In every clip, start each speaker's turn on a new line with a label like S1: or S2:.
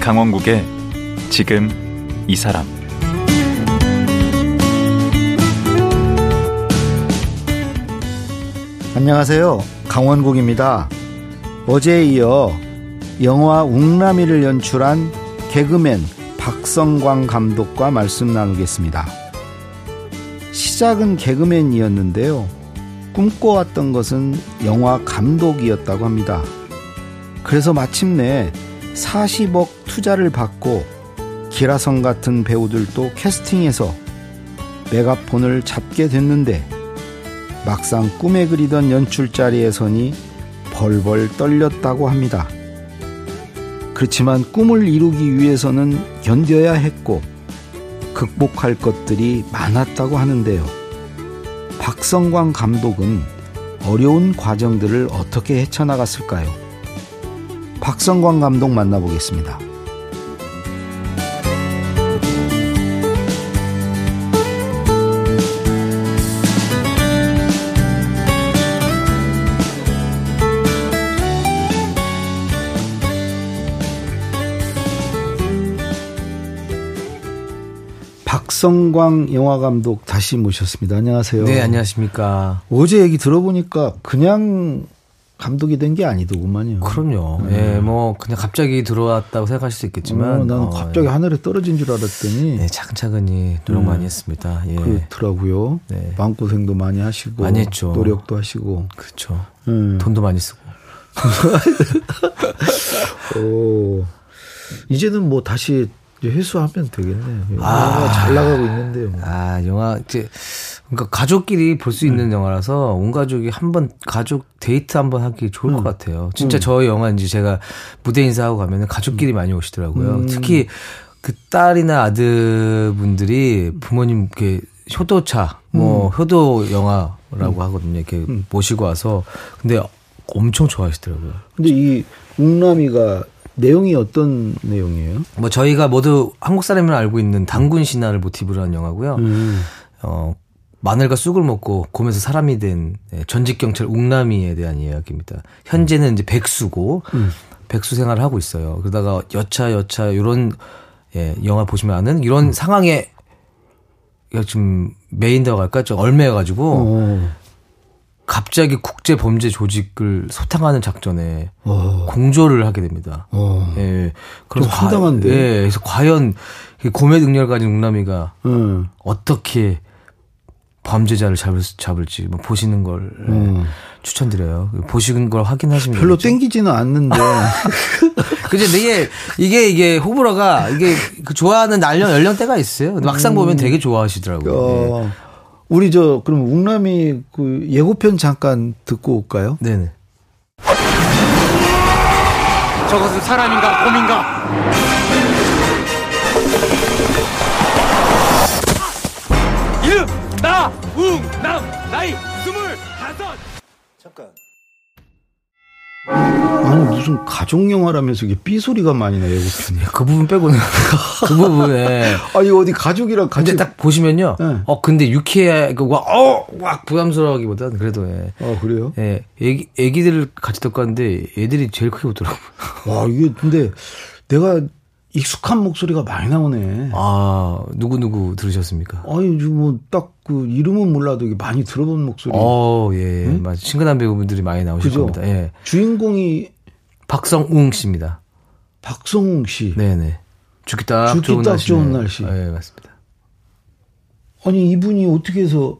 S1: 강원국의 지금 이 사람
S2: 안녕하세요. 강원국입니다. 어제에 이어 영화 웅남이를 연출한 개그맨 박성광 감독과 말씀 나누겠습니다. 시작은 개그맨이었는데요. 꿈꿔왔던 것은 영화 감독이었다고 합니다. 그래서 마침내 40억 투자를 받고 기라성 같은 배우들도 캐스팅해서 메가폰을 잡게 됐는데 막상 꿈에 그리던 연출 자리에 서니 벌벌 떨렸다고 합니다. 그렇지만 꿈을 이루기 위해서는 견뎌야 했고 극복할 것들이 많았다고 하는데요. 박성광 감독은 어려운 과정들을 어떻게 헤쳐나갔을까요? 박성광 감독 만나보겠습니다. 박성광 영화감독 다시 모셨습니다. 안녕하세요.
S3: 네, 안녕하십니까.
S2: 어제 얘기 들어보니까 그냥 감독이 된 게 아니더구만요. 네.
S3: 그럼요. 예, 뭐 그냥 갑자기 들어왔다고 생각하실 수 있겠지만
S2: 어, 나는
S3: 어,
S2: 갑자기
S3: 예.
S2: 하늘에 떨어진 줄 알았더니
S3: 네, 차근차근히 노력 많이 했습니다. 예.
S2: 그렇더라고요.
S3: 네.
S2: 마음고생도 많이 하시고
S3: 많이 했죠.
S2: 노력도 하시고.
S3: 그렇죠.
S2: 음.
S3: 돈도 많이 쓰고.
S2: 오. 어, 이제는 뭐 다시 이제 회수하면 되겠네요. 영화가 잘 나가고 있는데요. 뭐.
S3: 아, 영화 이제 그러니까 가족끼리 볼 수 있는 영화라서 온 가족이 한번 가족 데이트 한번 하기 좋을 것 같아요. 진짜 저 영화인지 제가 무대 인사하고 가면은 가족끼리 많이 오시더라고요. 특히 그 딸이나 아들분들이 부모님 이렇게 효도차 뭐 효도 영화라고 하거든요. 이렇게 모시고 와서 근데 엄청 좋아하시더라고요.
S2: 근데 이 웅남이가 내용이 어떤 내용이에요?
S3: 뭐 저희가 모두 한국 사람이라 알고 있는 당군 신화를 모티브로 한
S2: 음.
S3: 영화고요. 어, 마늘과 쑥을 먹고 곰에서 사람이 된 예, 전직 경찰 웅남이에 대한 이야기입니다. 현재는 이제 백수고
S2: 음.
S3: 백수 생활을 하고 있어요. 그러다가 여차 여차 이런 예, 영화 보시면 아는 이런
S2: 음.
S3: 상황에 이거 좀 메인다고 할까 좀
S2: 어,
S3: 얼매여가지고 갑자기 국제 범죄 조직을 소탕하는 작전에 공조를 하게 됩니다.
S2: 어.
S3: 예.
S2: 좀 황당한데.
S3: 과, 예. 그래서 과연 이 고매 능력을 가진 웅남이가
S2: 음.
S3: 어떻게 범죄자를 잡을, 수- 잡을지 뭐 보시는 걸 예, 추천드려요. 보시는 걸 확인하시면
S2: 별로
S3: 되겠죠.
S2: 땡기지는 않는데
S3: 그죠? 근데 이게 이게 이게 호불호가 이게 그 좋아하는 날년 연령대가 있어요. 근데 막상 보면 되게 좋아하시더라고요. 예.
S2: 어, 우리 저 그럼 웅남이 그 예고편 잠깐 듣고 올까요?
S3: 네네.
S4: 저것은 사람인가 곰인가 이름 나웅남 나이 스물 다섯
S2: 아니 무슨 가족 영화라면서 이게 삐 소리가 많이 나 예고편이.
S3: 그 부분 빼고는 그 부분에
S2: 아 이거 어디 가족이랑 같이
S3: 근데 딱 보시면요.
S2: 네.
S3: 어 근데 유쾌해 그와어막 부담스러워하기보다는 그래도 예.
S2: 아 그래요?
S3: 예, 애기, 애기들 같이 덮갔는데 애들이 제일 크게 웃더라고요.
S2: 예. 와 이게 근데 내가 익숙한 목소리가 많이 나오네.
S3: 아, 누구누구 들으셨습니까?
S2: 아니 뭐딱 그 이름은 몰라도 이게 많이 들어본 목소리.
S3: 어, 예, 맞아. 친근한 배우분들이 많이 나오실
S2: 그죠?
S3: 겁니다. 예.
S2: 주인공이
S3: 박성웅 씨입니다.
S2: 박성웅 씨.
S3: 네네. 죽기 딱
S2: 죽기
S3: 좋은
S2: 딱
S3: 날씨.
S2: 좋은 날씨.
S3: 예, 맞습니다.
S2: 아니 이분이 어떻게 해서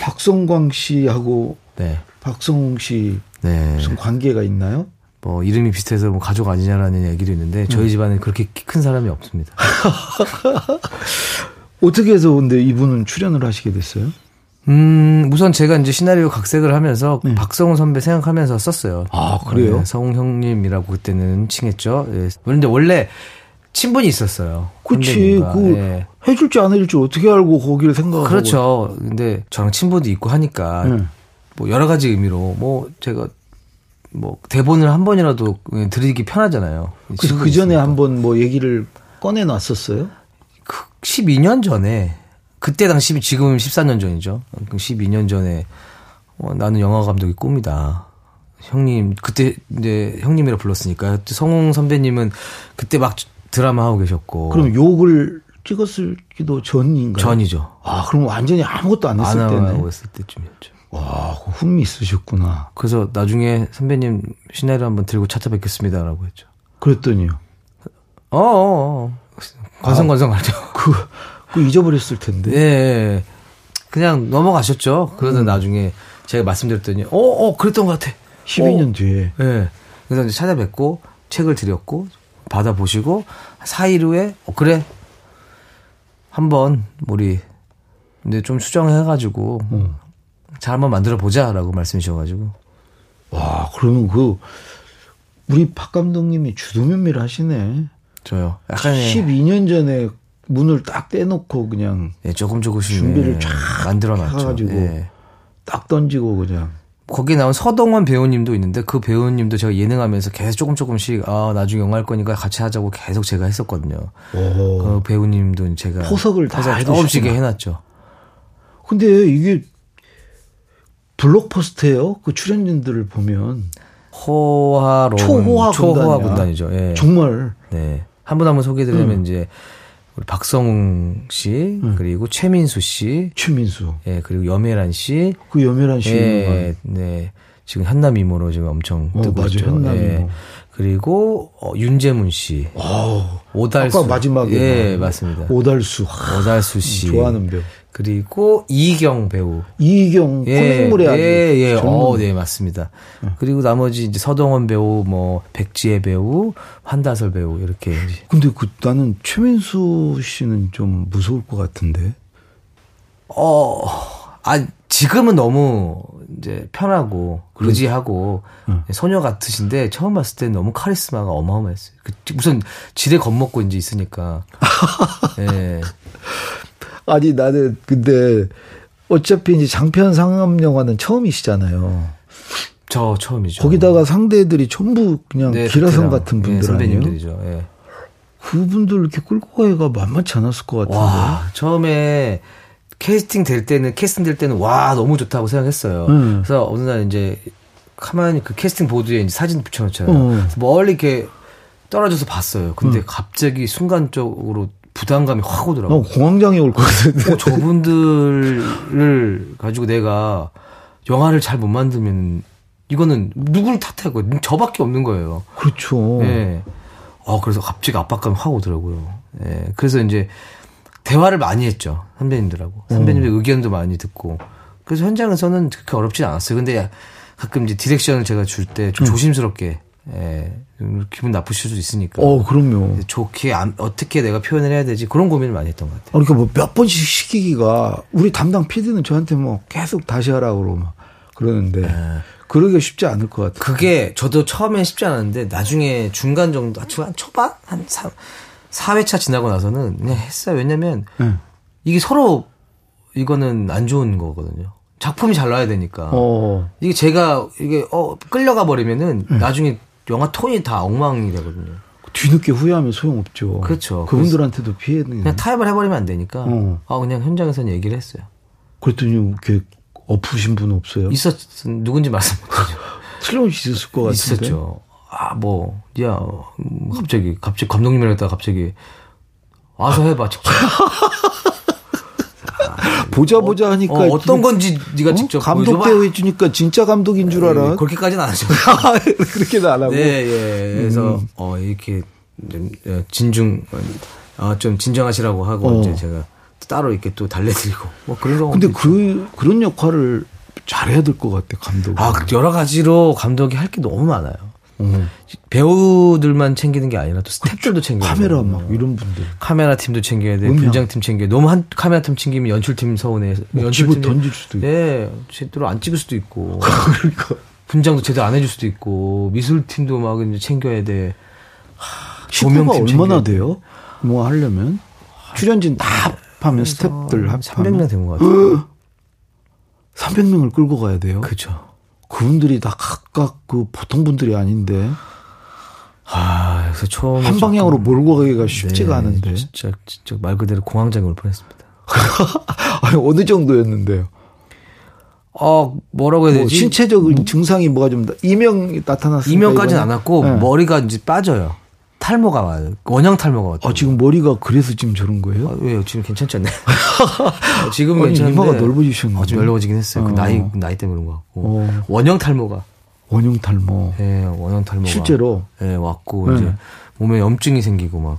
S2: 박성광 씨하고
S3: 네.
S2: 박성웅 씨
S3: 네.
S2: 무슨 관계가 있나요?
S3: 뭐, 이름이 비슷해서 뭐 가족 아니냐라는 얘기도 있는데, 저희
S2: 음.
S3: 집안엔 그렇게 키 큰 사람이 없습니다.
S2: 어떻게 해서 근데 이분은 출연을 하시게 됐어요?
S3: 음, 우선 제가 이제 시나리오 각색을 하면서 박성훈 선배 생각하면서 썼어요.
S2: 네. 아, 그래요?
S3: 네, 성훈 형님이라고 그때는 칭했죠. 예. 그런데 원래 친분이 있었어요.
S2: 그치
S3: 선배님과.
S2: 그
S3: 예.
S2: 해줄지 안 해줄지 어떻게 알고 거기를 생각하고
S3: 그렇죠. 근데 저랑 친분도 있고 하니까
S2: 네.
S3: 뭐 여러 가지 의미로 뭐 제가 뭐 대본을 한 번이라도 드리기 편하잖아요.
S2: 그래서 그 전에 한번 뭐 얘기를 꺼내 놨었어요.
S3: 그 12년 전에 그때 당시 지금 14년 전이죠. 그 12년 전에 어, 나는 영화 감독이 꿈이다. 형님 그때 이제 형님이라 불렀으니까 그때 성웅 선배님은 그때 막 드라마 하고 계셨고
S2: 그럼 욕을 찍었을지도 전인가요?
S3: 뭐. 전이죠.
S2: 아, 그럼 완전히 아무것도 안 했을
S3: 안
S2: 때네.
S3: 하고 있을 때쯤이었죠.
S2: 와, 그 흥미 있으셨구나.
S3: 그래서 나중에 선배님 신화를 한번 들고 찾아뵙겠습니다라고 했죠.
S2: 그랬더니요.
S3: 어, 어, 아, 어. 건성건성 하죠.
S2: 그, 그 잊어버렸을 텐데.
S3: 예, 예. 그냥 넘어가셨죠. 그러다 나중에 제가 말씀드렸더니, 어, 어, 그랬던 것 같아.
S2: 12년 뒤에.
S3: 예. 그래서 이제 찾아뵙고, 책을 드렸고, 받아보시고, 4일 후에, 어, 그래. 한번, 우리, 이제 좀 수정해가지고, 잘 한번 만들어 보자라고 말씀이셔가지고.
S2: 와, 그러면 그, 우리 박 감독님이 주도면밀 하시네.
S3: 저요. 약간의
S2: 12년 전에 문을 딱 떼놓고 그냥
S3: 예, 조금 조금씩
S2: 준비를
S3: 예,
S2: 쫙
S3: 만들어놨죠.
S2: 해가지고.
S3: 예.
S2: 딱 던지고 그냥.
S3: 거기에 나온 서동원 배우님도 있는데 그 배우님도 제가 예능하면서 계속 조금 조금씩 아 나중에 영화 할 거니까 같이 하자고 계속 제가 했었거든요.
S2: 오.
S3: 그 배우님도 제가
S2: 어. 포석을 다
S3: 포석
S2: 해두셨구나.
S3: 조금씩 해놨죠.
S2: 근데 이게 블록포스트예요. 그 출연진들을 보면
S3: 호화로
S2: 초호화 군단이야.
S3: 이죠 예.
S2: 정말
S3: 네. 한 분 한 분 소개드리면
S2: 음.
S3: 이제 우리 박성웅 씨 그리고 최민수 씨,
S2: 최민수,
S3: 예 그리고 염혜란 씨,
S2: 그 여멸한 씨
S3: 예, 네. 지금 현남 이모로 지금 엄청
S2: 어,
S3: 뜨고
S2: 맞아요.
S3: 있죠.
S2: 현남
S3: 예.
S2: 이모.
S3: 그리고 어, 윤재문 씨,
S2: 아
S3: 오달수.
S2: 아까 마지막에
S3: 예,
S2: 나온
S3: 맞습니다.
S2: 오달수 하,
S3: 오달수 씨.
S2: 좋아하는 배우
S3: 그리고 이경 배우.
S2: 이경 코믹물의 아주
S3: 예, 예.
S2: 전문.
S3: 어, 네, 맞습니다. 그리고 나머지 이제 서동원 배우, 뭐, 백지혜 배우, 한다설 배우, 이렇게. 이제.
S2: 근데 그 나는 최민수 씨는 좀 무서울 것 같은데
S3: 어, 아, 지금은 너무 이제 편하고, 의지하고,
S2: 음.
S3: 소녀 같으신데, 처음 봤을 때 너무 카리스마가 어마어마했어요. 그, 무슨 지대 겁먹고 이제 있으니까. 예.
S2: 아니 나는 근데 어차피 이제 장편 상업 영화는 처음이시잖아요.
S3: 저 처음이죠.
S2: 거기다가 상대들이 전부 그냥
S3: 네,
S2: 기라성
S3: 베테랑.
S2: 같은
S3: 예,
S2: 분들 아니에요?
S3: 선배님들이죠. 예.
S2: 그분들 이렇게 끌고 가기가 만만치 않았을 것 같은데.
S3: 와 처음에 캐스팅 될 때는 캐스팅 될 때는 와 너무 좋다고 생각했어요.
S2: 음.
S3: 그래서 어느 날 이제 가만히 그 캐스팅 보드에 이제 사진 붙여놓잖아요.
S2: 어.
S3: 그래서 멀리 이렇게 떨어져서 봤어요. 근데 갑자기 순간적으로 부담감이 확 오더라고요.
S2: 난 어, 공황장애 올 것 같은데.
S3: 어, 저분들을 가지고 내가 영화를 잘 못 만들면 이거는 누구를 탓할 거예요? 저밖에 없는 거예요.
S2: 그렇죠.
S3: 예. 어, 그래서 갑자기 압박감이 확 오더라고요. 예. 그래서 이제 대화를 많이 했죠. 선배님들하고. 선배님들 의견도 많이 듣고. 그래서 현장에서는 그렇게 어렵진 않았어요. 근데 가끔 이제 디렉션을 제가 줄 때 좀 조심스럽게, 예. 좀 기분 나쁘실 수도 있으니까.
S2: 어, 그럼요.
S3: 좋게, 안- 어떻게 내가 표현을 해야 되지? 그런 고민을 많이 했던 것 같아요.
S2: 그러니까 뭐 몇 번씩 시키기가 우리 담당 PD는 저한테 뭐 계속 다시 하라고 그러고 막 그러는데
S3: 네.
S2: 그러기가 쉽지 않을 것 같아요.
S3: 그게 저도 처음엔 쉽지 않았는데 나중에 중간 정도, 아, 중간 초반? 한 3, 4회차 지나고 나서는 그냥 했어요. 왜냐면
S2: 예.
S3: 이게 서로 이거는 안 좋은 거거든요. 작품이 잘 나와야 되니까.
S2: 어.
S3: 이게 제가 이게 어 끌려가 버리면은
S2: 네.
S3: 나중에 영화 톤이 다 엉망이 되거든요.
S2: 뒤늦게 후회하면 소용없죠.
S3: 그렇죠.
S2: 그분들한테도 피해는.
S3: 그냥 타협을 해버리면 안 되니까.
S2: 음. 어.
S3: 아 그냥 현장에서는 얘기를 했어요.
S2: 그랬더니 이렇게 엎으신 분 없어요?
S3: 있었 누군지 말씀 못하죠.
S2: 틀림없이 있었을 것뭐 같은데.
S3: 있었죠. 아뭐 야 어, 음, 갑자기 갑자기 감독님이랑 했다가 갑자기 와서 해봐 직접.
S2: 보자 보자 하니까
S3: 어, 어떤 건지 네가
S2: 그러니까 어?
S3: 직접
S2: 감독
S3: 보여줘봐. 음,
S2: 배우 해주니까 진짜 감독인 줄 알아.
S3: 그렇게까지는 안 하죠.
S2: 그렇게는 안 하고.
S3: 네, 예. 그래서
S2: 음.
S3: 어 이렇게 좀, 어, 진중 어, 좀 진정하시라고 하고
S2: 어.
S3: 이제 제가 따로 이렇게 또 달래드리고 뭐 그런 거.
S2: 근데 그 그런 역할을 잘해야 될 것 같아 감독. 어.
S3: 아 여러 가지로 감독이 할 게 너무 많아요. 배우들만 챙기는 게 아니라 또 스태프들도 챙겨야 돼요.
S2: 카메라 막 이런 분들.
S3: 카메라 팀도 챙겨야 돼,
S2: 음향.
S3: 분장팀 챙겨야 돼. 너무 한 카메라 팀 챙기면 연출팀 서운해.
S2: 뭐 집어 던질 수도 있고.
S3: 예, 제대로 안 찍을 수도 있고.
S2: 그러니까
S3: 분장도 제대로 안 해줄 수도 있고 미술팀도 막 이제 챙겨야 돼.
S2: 시부가
S3: 조명팀
S2: 얼마나
S3: 챙겨야 아,
S2: 돼요? 뭐 하려면 출연진 다 합하면 스탭들 합하면
S3: 300명 된 것 같아요.
S2: 300명을 끌고 가야 돼요. 그,
S3: 그죠.
S2: 그분들이 다 각각 그 보통 분들이 아닌데
S3: 아, 그래서 처음
S2: 한 방향으로 몰고 가기가
S3: 네.
S2: 쉽지가 않은데.
S3: 진짜 진짜 말 그대로 공황장애 올 뻔했습니다.
S2: 아니 어느 정도였는데요.
S3: 어 뭐라고 해야
S2: 뭐
S3: 되지?
S2: 신체적인 증상이 뭐가 좀 나- 이명이 나타났어요.
S3: 이면까지는 안 왔고 뭐
S2: 네.
S3: 머리가 이제 빠져요. 탈모가 와요. 원형 탈모가 왔죠.
S2: 아, 지금 머리가 그래서 지금 저런 거예요?
S3: 아, 왜요? 지금 괜찮지 않나요? 어, 지금은
S2: 아니,
S3: 괜찮은데
S2: 이마가 넓어지셨는데.
S3: 아, 좀 넓어지긴 했어요. 그
S2: 어.
S3: 나이 나이 때문에 그런 것 같고
S2: 어.
S3: 원형 탈모가
S2: 원형 탈모.
S3: 예 원형 탈모가
S2: 실제로
S3: 예 왔고
S2: 네.
S3: 이제 몸에 염증이 생기고 막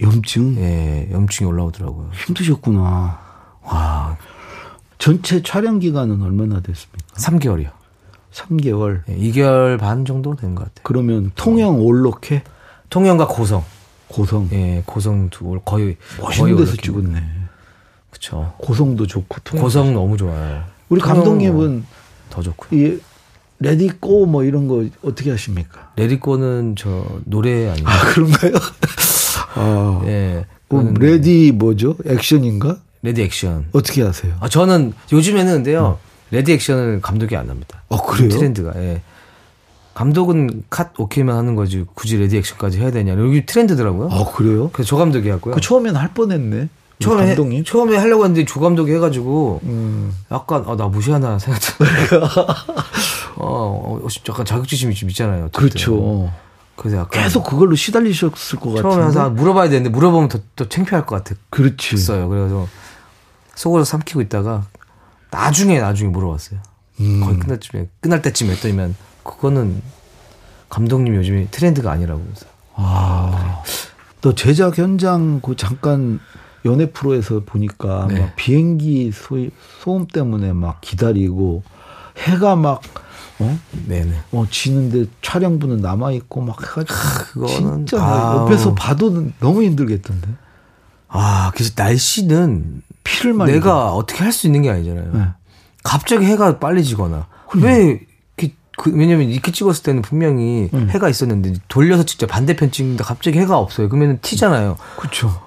S2: 염증
S3: 예, 염증이 올라오더라고요.
S2: 힘드셨구나.
S3: 와
S2: 전체 촬영 기간은 얼마나 됐습니까?
S3: 3개월이요.
S2: 3개월.
S3: 예, 2개월 반 정도 된 것 같아요.
S2: 그러면 통영 올록해
S3: 통영과 고성
S2: 고성.
S3: 예 고성 두 곳, 거의
S2: 멋있는 데서
S3: 이렇게.
S2: 찍었네.
S3: 그쵸.
S2: 고성도 좋고 통영.
S3: 고성 너무 좋아요.
S2: 우리
S3: 통영은
S2: 감독님은
S3: 더 좋고요.
S2: 이 레디꼬 뭐 이런 거 어떻게 하십니까?
S3: 레디코는 저 노래 아니에요.
S2: 아 그런가요? 아
S3: 예.
S2: 그럼
S3: 그거는
S2: 레디 뭐죠? 액션인가?
S3: 레디 액션.
S2: 어떻게 하세요?
S3: 아 저는 요즘에는 근데요 레디 액션을 감독이 안 합니다.
S2: 어, 음. 그래요?
S3: 트렌드가. 예. 감독은 컷 오케이만 하는 거지 굳이 레디 액션까지 해야 되냐. 여기 트렌드더라고요.
S2: 아 그래요?
S3: 그래서 조 감독이 했고요.
S2: 그 처음엔 할 뻔했네. 우리
S3: 처음에 해-
S2: 감독님.
S3: 처음에 하려고 했는데 조 감독이 해가지고
S2: 음.
S3: 약간 아, 나 무시하나 생각했어. 어, 어, 약간 자격지심이 좀 있잖아요. 어떨 때는.
S2: 그렇죠.
S3: 그래서 약간
S2: 계속 그걸로 시달리셨을 것 같은데. 음.
S3: 처음에 항상 물어봐야 되는데 물어보면 더, 더 창피할 것 같아.
S2: 그렇지.
S3: 있어요. 그래서 속으로 삼키고 있다가 나중에 나중에 물어봤어요.
S2: 음.
S3: 거의 끝날 쯤에 끝날 때쯤 했더니만 그거는 감독님 요즘에 트렌드가 아니라고 그래서
S2: 아. 또 제작 현장 그 잠깐 연애 프로에서 보니까
S3: 네.
S2: 막 비행기 소위 소음 때문에 막 기다리고 해가 막 어?
S3: 네네.
S2: 어 지는데 촬영분은 남아 있고 막 해가지고
S3: 그거는
S2: 진짜
S3: 아우.
S2: 옆에서 봐도 너무 힘들겠던데
S3: 아 그래서 날씨는
S2: 피를 많이
S3: 내가 어떻게 할 수 있는 게 아니잖아요.
S2: 네.
S3: 갑자기 해가 빨리 지거나 왜 이렇게 그, 왜냐면 이렇게 찍었을 때는 분명히 해가 있었는데 돌려서 진짜 반대편 찍는데 갑자기 해가 없어요. 그러면 튀잖아요.
S2: 그렇죠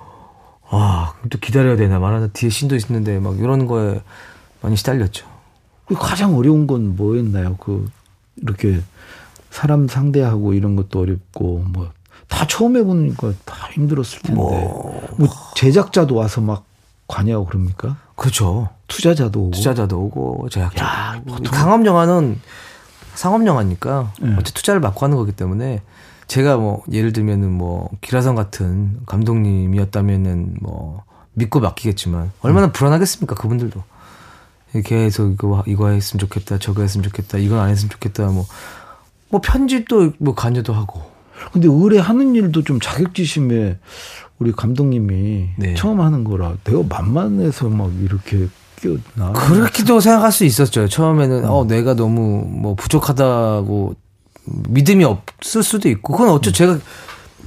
S3: 아, 그럼 또 기다려야 되나 말하나 뒤에 신도 있는데 막 이런 거에 많이 시달렸죠.
S2: 그 가장 어려운 건 뭐였나요 그 이렇게 사람 상대하고 이런 것도 어렵고 뭐 다 처음 해보니까 다 힘들었을 텐데 뭐, 제작자도 와서 막 관여하고 그럽니까
S3: 그렇죠.
S2: 투자자도 오고 뭐
S3: 투자자도 오고 제약자. 상업 영화는 상업 영화니까 어째 투자를 받고 하는 거기 때문에 제가 뭐 예를 들면은 뭐 기라성 같은 감독님이었다면은 뭐 믿고 맡기겠지만 얼마나 불안하겠습니까 그분들도 예, 계속 이거 이거 했으면 좋겠다 저거 했으면 좋겠다 이건 안 했으면 좋겠다 뭐 뭐 편집도 뭐 관여도 하고
S2: 근데 의뢰하는 일도 좀 자격지심에 우리 감독님이
S3: 네.
S2: 처음 하는 거라 내가 만만해서 막 이렇게 끼었나
S3: 그렇게도 생각할 수 있었죠. 처음에는 어 내가 너무 뭐 부족하다고 믿음이 없을 수도 있고 그건 어쩌 제가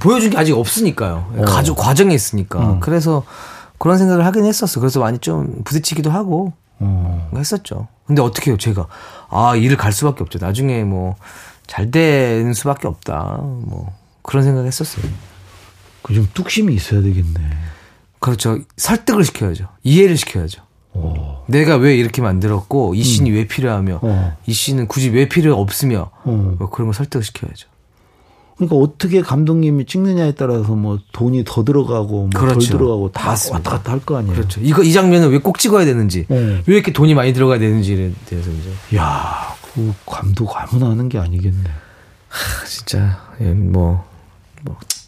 S3: 보여준 게 아직 없으니까 가족 과정에 있으니까 그래서 그런 생각을 하긴 했었어. 그래서 많이 좀 부딪히기도 하고
S2: 어.
S3: 했었죠. 근데 어떻게 해요? 제가 아 일을 갈 수밖에 없죠. 나중에 뭐 잘 되는 수밖에 없다. 뭐 그런 생각했었어요.
S2: 그좀 뚝심이 있어야 되겠네
S3: 그렇죠. 설득을 시켜야죠. 이해를 시켜야죠.
S2: 어.
S3: 내가 왜 이렇게 만들었고 이 씬이 왜 필요하며
S2: 어.
S3: 이 씬은 굳이 왜 필요 없으며
S2: 어.
S3: 뭐 그런 걸 설득시켜야죠.
S2: 그러니까 어떻게 감독님이 찍느냐에 따라서 뭐 돈이 더 들어가고 뭐
S3: 그렇죠.
S2: 덜 들어가고 다 왔다
S3: 맞습니다.
S2: 갔다 할 거 아니에요
S3: 그렇죠. 이거 이 장면은 왜 꼭 찍어야 되는지
S2: 네.
S3: 왜 이렇게 돈이 많이 들어가야 되는지에 대해서 이제
S2: 야, 그 감독 아무나 하는 게 아니겠네
S3: 아, 진짜 뭐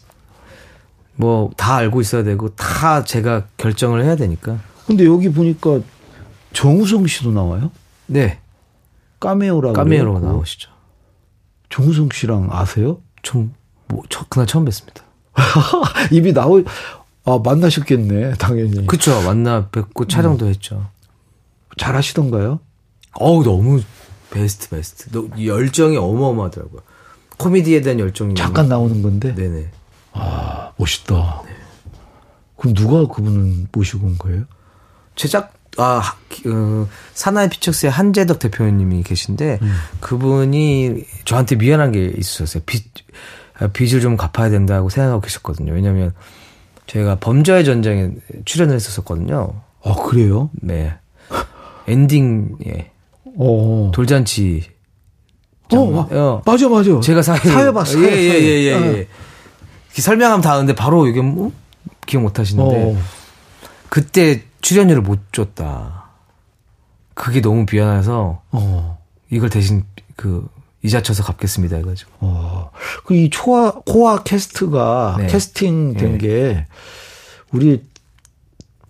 S3: 뭐 뭐 다 알고 있어야 되고 다 제가 결정을 해야 되니까
S2: 근데 여기 보니까 정우성 씨도 나와요
S3: 네
S2: 까메오라고
S3: 까메오로
S2: 아, 그래갖고.
S3: 나오시죠.
S2: 정우성 씨랑 아세요?
S3: 좀뭐 그날 처음 뵀습니다.
S2: 입이 나오 아 만나셨겠네 당연히
S3: 그쵸 만나 뵙고 촬영도
S2: 음.
S3: 했죠.
S2: 잘하시던가요?
S3: 어우 너무 베스트 베스트. 너- 열정이 어마어마하더라고요. 코미디에 대한 열정이
S2: 잠깐 나오는 건데
S3: 네네.
S2: 아, 멋있다. 그럼 누가 그분은 모시고 온 거예요?
S3: 제작 아 하- 어, 사나이 피처스의 한재덕 대표님이 계신데
S2: 음.
S3: 그분이 저한테 미안한 게 있으셨어요. 빚 아, 빚을 좀 갚아야 된다고 생각하고 계셨거든요. 왜냐하면 제가 범죄의 전쟁에 출연을 했었었거든요.
S2: 아 그래요?
S3: 네 엔딩 예
S2: 어.
S3: 돌잔치
S2: 어, 와,
S3: 어.
S2: 맞아 맞아.
S3: 제가 사회
S2: 사회 봤어.
S3: 예예예 예. 예, 예, 예. 이렇게 설명하면 다 아는데 바로 이게 뭐 기억 못 하시는데
S2: 어.
S3: 그때 출연료를 못 줬다. 그게 너무 미안해서
S2: 어.
S3: 이걸 대신 그 이자쳐서 갚겠습니다 해가지고
S2: 어. 그 이 초아 코아 캐스트가
S3: 네.
S2: 캐스팅 된
S3: 네.
S2: 게 우리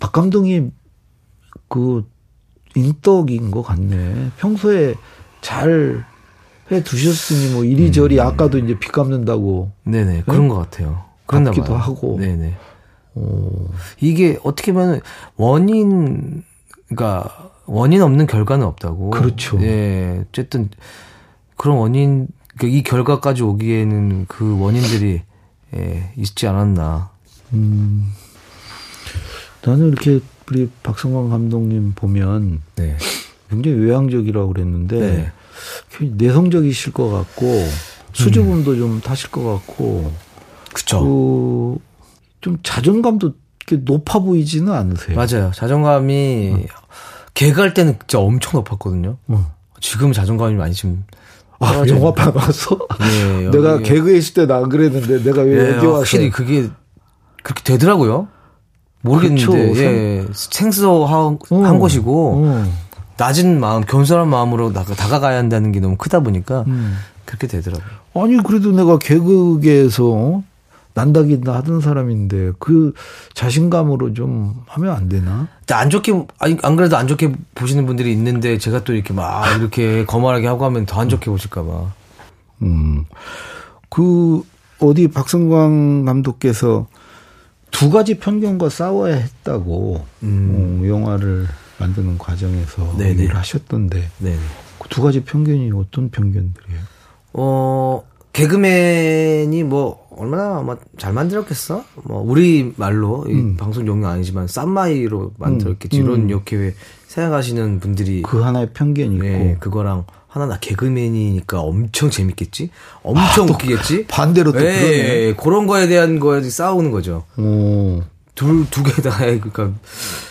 S2: 박 감독이 그 인덕인 것 같네. 평소에 잘 해두셨으니 뭐 이리저리
S3: 음.
S2: 아까도 이제 빚 갚는다고.
S3: 네네 그런 것 같아요. 그랬나
S2: 갚기도
S3: 봐요.
S2: 하고.
S3: 네네
S2: 어.
S3: 이게 어떻게 보면 원인 그러니까 원인 없는 결과는 없다고.
S2: 그렇죠.
S3: 예. 어쨌든 그런 원인 그러니까 이 결과까지 오기에는 그 원인들이 예, 있지 않았나.
S2: 음. 나는 이렇게 우리 박성광 감독님 보면
S3: 네.
S2: 굉장히 외향적이라고 그랬는데
S3: 네.
S2: 굉장히 내성적이실 것 같고 수줍음도 좀 타실 것 같고
S3: 그렇죠.
S2: 그, 좀 자존감도 이렇게 높아 보이지는 않으세요.
S3: 맞아요. 자존감이 개갈 때는 진짜 엄청 높았거든요.
S2: 음. 어.
S3: 지금 자존감이 많이 지금
S2: 아,
S3: 떨어져
S2: 영화판 와서?
S3: 있는- 예,
S2: 내가
S3: 여기-
S2: 개그에 있을 때 나 안 그랬는데 내가 왜
S3: 예,
S2: 여기 와서.
S3: 확실히 그게 그렇게 되더라고요. 모르겠는데
S2: 그쵸.
S3: 예, 음. 생소한
S2: 어.
S3: 한 곳이고
S2: 어.
S3: 낮은 마음, 겸손한 마음으로 나, 다가가야 한다는 게 너무 크다 보니까
S2: 음.
S3: 그렇게 되더라고요.
S2: 아니, 그래도 내가 개그계에서 난다긴다 하던 사람인데 그 자신감으로 좀 하면 안 되나?
S3: 근데 안 좋게 아니, 안 그래도 안 좋게 보시는 분들이 있는데 제가 또 이렇게 막 이렇게 거만하게 하고 하면 더 안 좋게 보실까 봐.
S2: 음. 그, 어디 박성광 감독께서 두 가지 편견과 싸워야 했다고 어, 영화를 만드는 과정에서
S3: 음. 네네.
S2: 얘기를 하셨던데
S3: 네.
S2: 그 두 가지 편견이 어떤 편견들이에요?
S3: 어 개그맨이 뭐 얼마나 막잘 만들었겠어? 뭐 우리 말로 이
S2: 음.
S3: 방송 용어 아니지만 쌈마이로 만들었겠지 이런 이렇게 왜 생각하시는 분들이
S2: 그 하나의 편견이 있고
S3: 네, 그거랑 하나 나 개그맨이니까 엄청 재밌겠지? 엄청 웃기겠지?
S2: 아, 반대로 또
S3: 예,
S2: 그러네.
S3: 예, 예. 그런 거에 대한 거에 싸우는 거죠.
S2: 오.
S3: 둘 두 개 다 그러니까
S2: 어.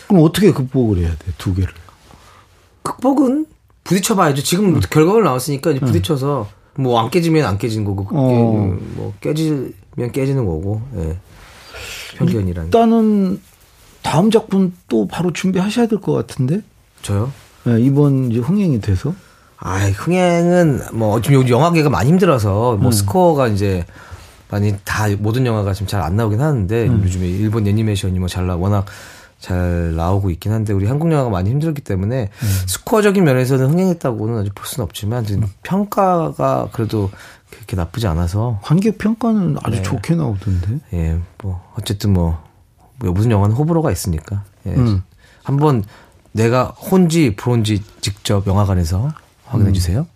S2: 그럼 어떻게 극복을 해야 돼? 두 개를.
S3: 극복은 부딪혀 봐야죠. 지금 결과물 나왔으니까 이제 부딪혀서 뭐 안 깨지면 안 깨지는 거고 그게
S2: 어.
S3: 뭐 깨지면 깨지는 거고. 예. 편견이라는 게.
S2: 일단은 다음 작품 또 바로 준비하셔야 될 것 같은데
S3: 저요?
S2: 네, 이번 이제 흥행이 돼서
S3: 아, 흥행은 뭐 지금 요즘 영화계가 많이 힘들어서 뭐 스코어가 이제 많이 다 모든 영화가 지금 잘 안 나오긴 하는데 요즘에 일본 애니메이션이 뭐 잘 나 워낙 잘 나오고 있긴 한데 우리 한국 영화가 많이 힘들었기 때문에 스코어적인 면에서는 흥행했다고는 아직 볼 수는 없지만 지금 평가가 그래도 그렇게 나쁘지 않아서
S2: 관객 평가는 아주
S3: 네.
S2: 좋게 나오던데.
S3: 예, 뭐 어쨌든 뭐, 뭐 무슨 영화는 호불호가 있으니까 예. 한번 내가 혼지 불혼지 직접 영화관에서 확인해 주세요.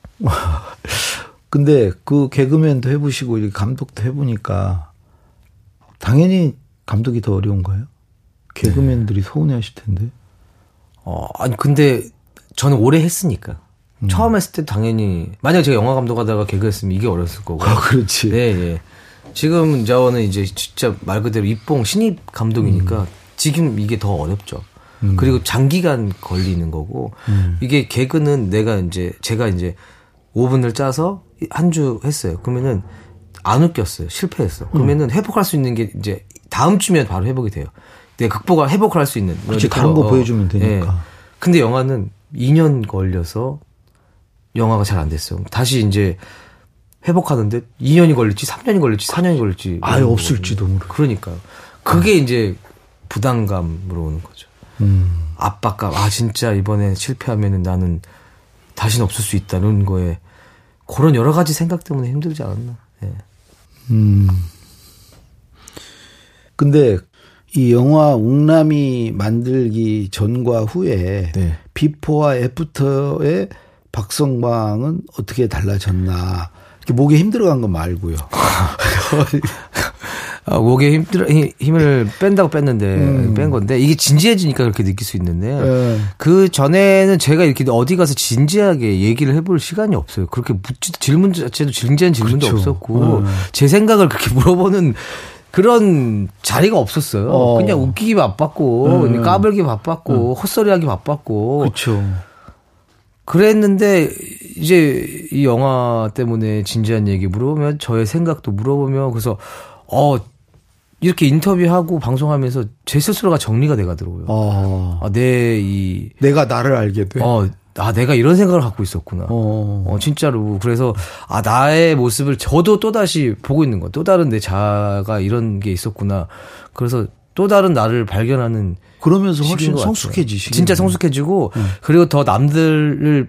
S2: 근데 그 개그맨도 해보시고 이 감독도 해보니까 당연히 감독이 더 어려운 거예요. 개그맨들이
S3: 네.
S2: 서운해하실 텐데.
S3: 어, 아니, 근데 저는 오래 했으니까. 처음 했을 때 당연히, 만약에 제가 영화 감독하다가 개그했으면 이게 어려웠을 거고.
S2: 아 그렇지.
S3: 네, 예. 지금 저는 이제 진짜 말 그대로 입봉 신입 감독이니까
S2: 음.
S3: 지금 이게 더 어렵죠. 그리고 장기간 걸리는 거고
S2: 음.
S3: 이게 개그는 내가 이제 제가 이제 5분을 짜서 한 주 했어요. 그러면은 안 웃겼어요. 실패했어.
S2: 음.
S3: 그러면은 회복할 수 있는 게 이제 다음 주면 바로 회복이 돼요. 내 극복을 회복을 할 수 있는.
S2: 그렇지,
S3: 그거,
S2: 다른 거
S3: 어,
S2: 보여주면 되니까.
S3: 근데 영화는 2년 걸려서 영화가 잘 안 됐어요. 다시 이제 회복하는데 2년이 걸릴지 3년이 걸릴지 4년이 걸릴지
S2: 아예 없을지도 모르고.
S3: 그러니까요. 그게 이제 부담감으로 오는 거죠.
S2: 음.
S3: 압박감. 아 진짜 이번에 실패하면은 나는 다시는 없을 수 있다는 거에 그런 여러 가지 생각 때문에 힘들지 않았나. 예.
S2: 음. 근데 이 영화 웅남이 만들기 전과 후에
S3: 네.
S2: 비포와 애프터의 박성광은 어떻게 달라졌나. 이렇게 목에 힘들어간 거 말고요.
S3: 아, 목에 힘들, 힘- 힘을 뺀다고 뺐는데, 뺀 건데, 이게 진지해지니까 그렇게 느낄 수 있는데,
S2: 음. 예.
S3: 그 전에는 제가 이렇게 어디 가서 진지하게 얘기를 해볼 시간이 없어요. 그렇게 묻지, 질문 자체도 진지한 질문도
S2: 그렇죠.
S3: 없었고, 제 생각을 그렇게 물어보는 그런 자리가 없었어요.
S2: 어. 음.
S3: 그냥 웃기기 바빴고, 그냥 까불기 바빴고, 헛소리하기 바빴고,
S2: 그렇죠.
S3: 그랬는데 이제 이 영화 때문에 진지한 얘기 물어보면 저의 생각도 물어보면 그래서 어 이렇게 인터뷰하고 방송하면서 제 스스로가 정리가 돼가더라고요.
S2: 어.
S3: 아, 내 이
S2: 내가 나를 알게 돼.
S3: 어, 아 내가 이런 생각을 갖고 있었구나.
S2: 네. 어.
S3: 어, 진짜로. 그래서, 아, 나의 모습을 저도 또다시 보고 있는 거야. 또 다른 내 자아가 이런 게 있었구나. 그래서 또 다른 나를 발견하는.
S2: 그러면서
S3: 시기인
S2: 훨씬
S3: 것 같아요.
S2: 성숙해지시겠네요. 음.
S3: 진짜 성숙해지고, 그리고 더 남들을,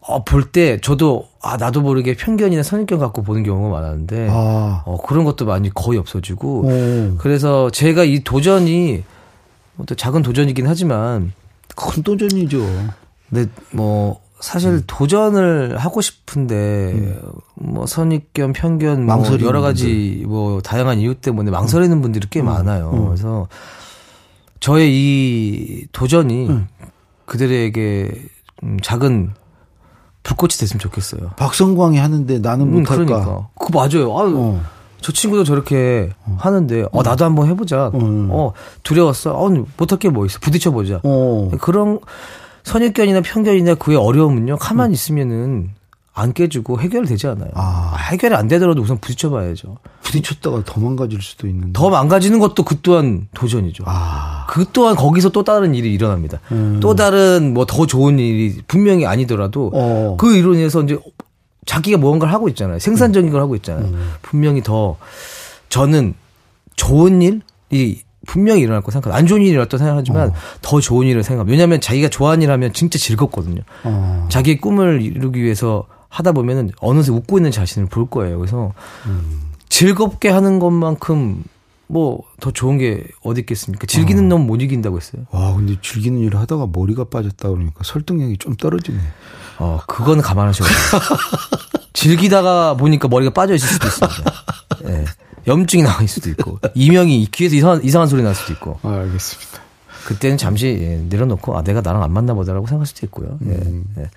S3: 어, 볼 때, 저도, 아, 나도 모르게 편견이나 선입견 갖고 보는 경우가 많았는데,
S2: 아.
S3: 어, 그런 것도 많이 거의 없어지고,
S2: 오.
S3: 그래서 제가 이 도전이, 뭐또 작은 도전이긴 하지만,
S2: 큰 도전이죠.
S3: 근데 뭐 사실
S2: 음.
S3: 도전을 하고 싶은데 뭐 선입견, 편견, 뭐
S2: 망설이는 음.
S3: 여러 가지 뭐 다양한 이유 때문에 망설이는 분들이 꽤 많아요. 그래서 저의 이 도전이
S2: 음.
S3: 그들에게 음, 작은 불꽃이 됐으면 좋겠어요.
S2: 박성광이 하는데 나는
S3: 음,
S2: 못할까.
S3: 그러니까 그 맞아요. 아유,
S2: 어.
S3: 저 친구도 저렇게 하는데 어 나도 한번 해보자.
S2: 음.
S3: 어 두려웠어. 어 못할 게 뭐 있어. 부딪혀 보자.
S2: 어.
S3: 그런 선입견이나 편견이나 그의 어려움은요 가만히 있으면은 안 깨지고 해결되지 않아요.
S2: 음. 아.
S3: 해결이 안 되더라도 우선 부딪혀봐야죠.
S2: 부딪혔다가 더 망가질 수도 있는데.
S3: 더 망가지는 것도 그 또한 도전이죠.
S2: 아. 음.
S3: 그 또한 거기서 또 다른 일이 일어납니다. 또 다른 뭐 더 좋은 일이 분명히 아니더라도
S2: 어.
S3: 그 일로 인해서 이제 자기가 뭔가를 하고 있잖아요. 생산적인 걸 하고 있잖아요. 분명히 더 저는 좋은 일이 분명히 일어날 거 생각해요. 안 좋은 일이 일어났다고 생각하지만 더 좋은 일을 생각합니다. 왜냐하면 자기가 좋아하는 일 하면 진짜 즐겁거든요.
S2: 어.
S3: 자기의 꿈을 이루기 위해서 하다 보면은 어느새 웃고 있는 자신을 볼 거예요. 그래서 음. 즐겁게 하는 것만큼 뭐 더 좋은 게 어디 있겠습니까? 즐기는 놈 못 이긴다고 했어요.
S2: 와, 근데 즐기는 일을 하다가 머리가 빠졌다 그러니까 설득력이 좀 떨어지네.
S3: 어, 그건 감안하셔야 돼요. 즐기다가 보니까 머리가 빠져 있을 수도 있습니다. 예. 염증이 나올 수도 있고 이명이 귀에서 이상한, 이상한 소리 날 수도 있고
S2: 아, 알겠습니다.
S3: 그때는 잠시 예, 내려놓고 아 내가 나랑 안 맞나 보다라고 생각할 수도 있고요. 예. 예.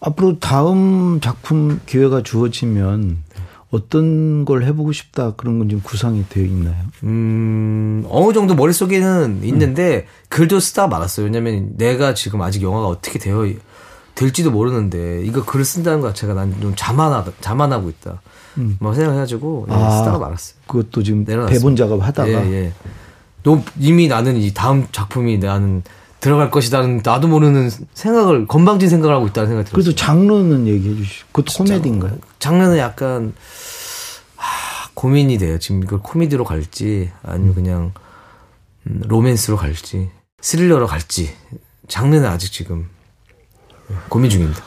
S2: 앞으로 다음 작품 기회가 주어지면 어떤 걸 해보고 싶다 그런 건 지금 구상이 되어 있나요?
S3: 음, 어느 정도 머릿속에는 있는데, 글도 쓰다 말았어요. 왜냐면 내가 지금 아직 영화가 어떻게 되어, 될지도 모르는데, 이거 글을 쓴다는 것 자체가 난 좀 자만하다, 자만하고 있다. 뭐 생각해가지고, 예,
S2: 아.
S3: 쓰다가 말았어요.
S2: 그것도 지금
S3: 내려놨습니다.
S2: 대본 작업하다가
S3: 예, 예. 너 이미 나는 이 다음 작품이 나는 들어갈 것이다는 나도 모르는 생각을, 건방진 생각을 하고 있다는 생각이 들어요.
S2: 그래서 장르는 얘기해 주시고 그것도 코미디인가요?
S3: 장르는 약간 하, 고민이 돼요. 지금 이걸 코미디로 갈지 아니면 그냥 음, 로맨스로 갈지 스릴러로 갈지 장르는 아직 지금 고민 중입니다.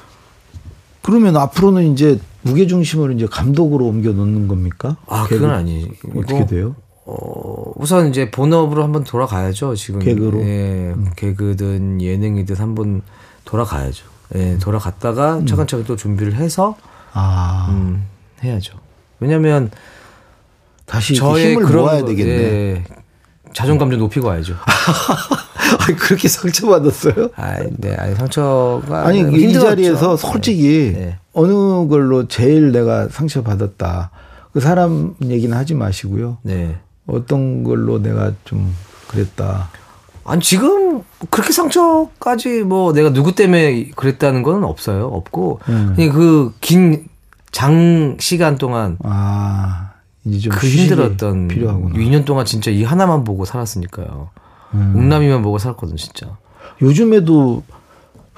S2: 그러면 앞으로는 이제 무게 중심을 이제 감독으로 옮겨 놓는 겁니까?
S3: 아
S2: 개그-
S3: 그건 아니고
S2: 어떻게 돼요?
S3: 어, 우선 이제 본업으로 한번 돌아가야죠. 지금
S2: 개그로? 음.
S3: 예, 개그든 예능이든 한번 돌아가야죠. 예,
S2: 음.
S3: 돌아갔다가 차근차근 또 준비를 해서
S2: 아
S3: 음, 해야죠. 왜냐면
S2: 다시 이렇게
S3: 저의
S2: 힘을
S3: 그런
S2: 모아야
S3: 거-
S2: 되겠네.
S3: 예, 자존감 좀 높이고 와야죠.
S2: 아니, 그렇게 상처받았어요?
S3: 아, 네, 아니 상처가
S2: 아니
S3: 네,
S2: 이
S3: 힘들었죠.
S2: 자리에서 솔직히
S3: 네.
S2: 어느 걸로 제일 내가 상처받았다. 그 사람 얘기는 하지 마시고요.
S3: 네.
S2: 어떤 걸로 내가 좀 그랬다.
S3: 아니 지금 그렇게 상처까지 뭐 내가 누구 때문에 그랬다는 건 없어요. 없고
S2: 음.
S3: 그냥 그긴 장 시간 동안
S2: 아 이제 좀
S3: 그
S2: 휴식이
S3: 힘들었던
S2: 필요하구나.
S3: 2년 동안 진짜 이 하나만 보고 살았으니까요.
S2: 음.
S3: 웅남이만 보고 살았거든 진짜.
S2: 요즘에도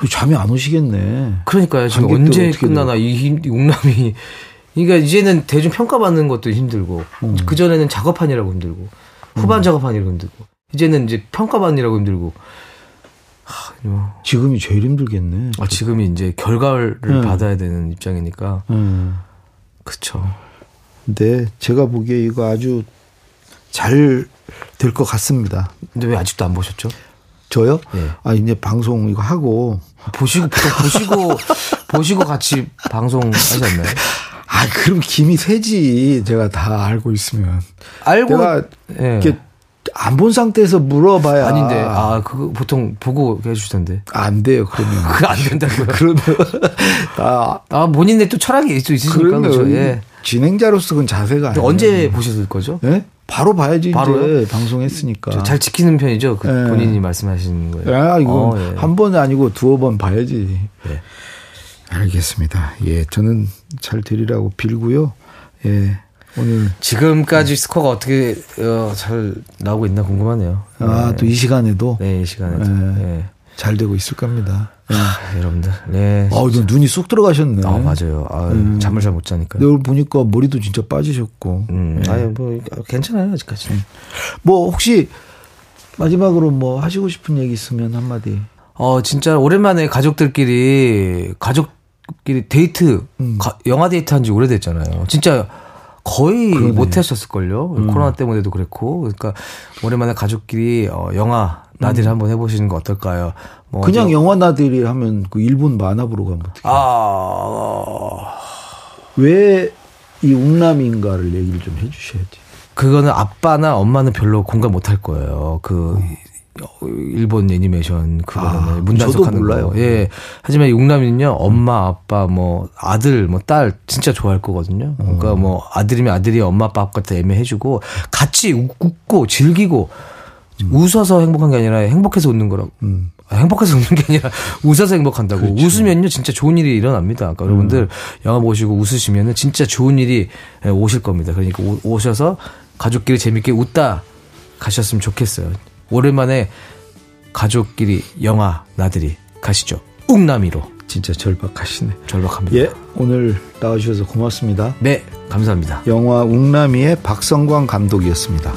S2: 잠이 안 오시겠네.
S3: 그러니까요. 지금
S2: 관객들은
S3: 언제
S2: 어떻게
S3: 끝나나 이 힘- 이 용남이. 그러니까 이제는 대중 평가받는 것도 힘들고
S2: 음.
S3: 그 전에는 작업판이라고 힘들고 후반 작업판이라고 힘들고 이제는 이제 평가반이라고 힘들고. 하, 이거.
S2: 지금이 제일 힘들겠네.
S3: 아, 지금이 이제 결과를
S2: 음.
S3: 받아야 되는 입장이니까
S2: 음.
S3: 그쵸.
S2: 근데 제가 보기에 이거 아주 잘 될 것 같습니다.
S3: 근데 왜 아직도 안 보셨죠?
S2: 저요?
S3: 예.
S2: 아 이제 방송 이거 하고
S3: 보시고 보시고 보시고 같이 방송하지 않나요?
S2: 아 그럼 김이 새지 제가 다 알고 있으면
S3: 알고
S2: 내가
S3: 예.
S2: 이렇게 안 본 상태에서 물어봐야
S3: 아닌데 아 그거 보통 보고 해주실 텐데
S2: 안 돼요 그러면
S3: 그거 안 된다고요?
S2: 그러면 아
S3: 아, 본인의 또 철학이 또 있으니까
S2: 그러면
S3: 그렇죠. 예.
S2: 진행자로서 그건 자세가 아니에요.
S3: 언제 보셨을 거죠?
S2: 예? 바로 봐야지
S3: 바로요?
S2: 이제 방송했으니까.
S3: 저잘 지키는 편이죠. 그
S2: 아. 예.
S3: 본인이 말씀하시는 거예요.
S2: 야, 아, 이거
S3: 어, 예.
S2: 한 번이 아니고 두어 번 봐야지.
S3: 예.
S2: 알겠습니다. 예, 저는 잘 되리라고 빌고요. 예, 오늘
S3: 지금까지 스코어가 어떻게 어, 잘 나오고 있나 궁금하네요.
S2: 아 또 이 시간에도
S3: 네, 이 시간에.
S2: 예.
S3: 예.
S2: 잘 되고 있을 겁니다.
S3: 아, 여러분들. 네.
S2: 아, 이제 눈이 쑥 들어가셨네. 음. 네.
S3: 아, 맞아요. 아, 잠을 잘 못 자니까요.
S2: 근데 오늘 보니까 머리도 진짜 빠지셨고.
S3: 음, 아유, 뭐, 괜찮아요, 아직까지.
S2: 뭐 혹시 마지막으로 뭐 하시고 싶은 얘기 있으면 한마디.
S3: 어, 진짜 오랜만에 가족들끼리, 가족끼리 데이트,
S2: 음.
S3: 가- 영화 데이트 한 지 오래됐잖아요. 진짜 거의 못 했었을걸요.
S2: 음.
S3: 코로나 때문에도 그랬고. 그러니까 오랜만에 가족끼리 어, 영화, 나들 한번 해보시는 거 어떨까요? 뭐
S2: 음. 그냥
S3: 어디-
S2: 영화 나들이 하면 그 일본 만화 보러 가면 뭐 어떡해.
S3: 아, 어,
S2: 왜 이 웅남인가를 얘기를 좀 해주셔야지.
S3: 그거는 아빠나 엄마는 별로 공감 못 할 거예요. 그 어, 일본 애니메이션 그거는
S2: 아, 저도
S3: 문단속하는
S2: 몰라요.
S3: 거. 예. 하지만 용남이는요. 엄마, 아빠, 뭐 아들, 뭐 딸 진짜 좋아할 거거든요. 그러니까 뭐 아들이면 아들이 엄마, 아빠 같아 애매해 주고 같이 웃- 웃고 즐기고 웃어서 행복한 게 아니라 행복해서 웃는 거라고. 아, 행복해서 웃는 게 아니라 웃어서 행복한다고. 웃으면요 진짜 좋은 일이 일어납니다. 그러니까 여러분들 영화 보시고 웃으시면은 진짜 좋은 일이 예, 오실 겁니다. 그러니까 오- 오셔서 가족끼리 재밌게 웃다 가셨으면 좋겠어요. 오랜만에 가족끼리 영화 나들이 가시죠. 웅남이로
S2: 진짜 절박하시네.
S3: 절박합니다.
S2: 예, 오늘 나와주셔서 고맙습니다.
S3: 네, 감사합니다.
S2: 영화 웅남이의 박성광 감독이었습니다.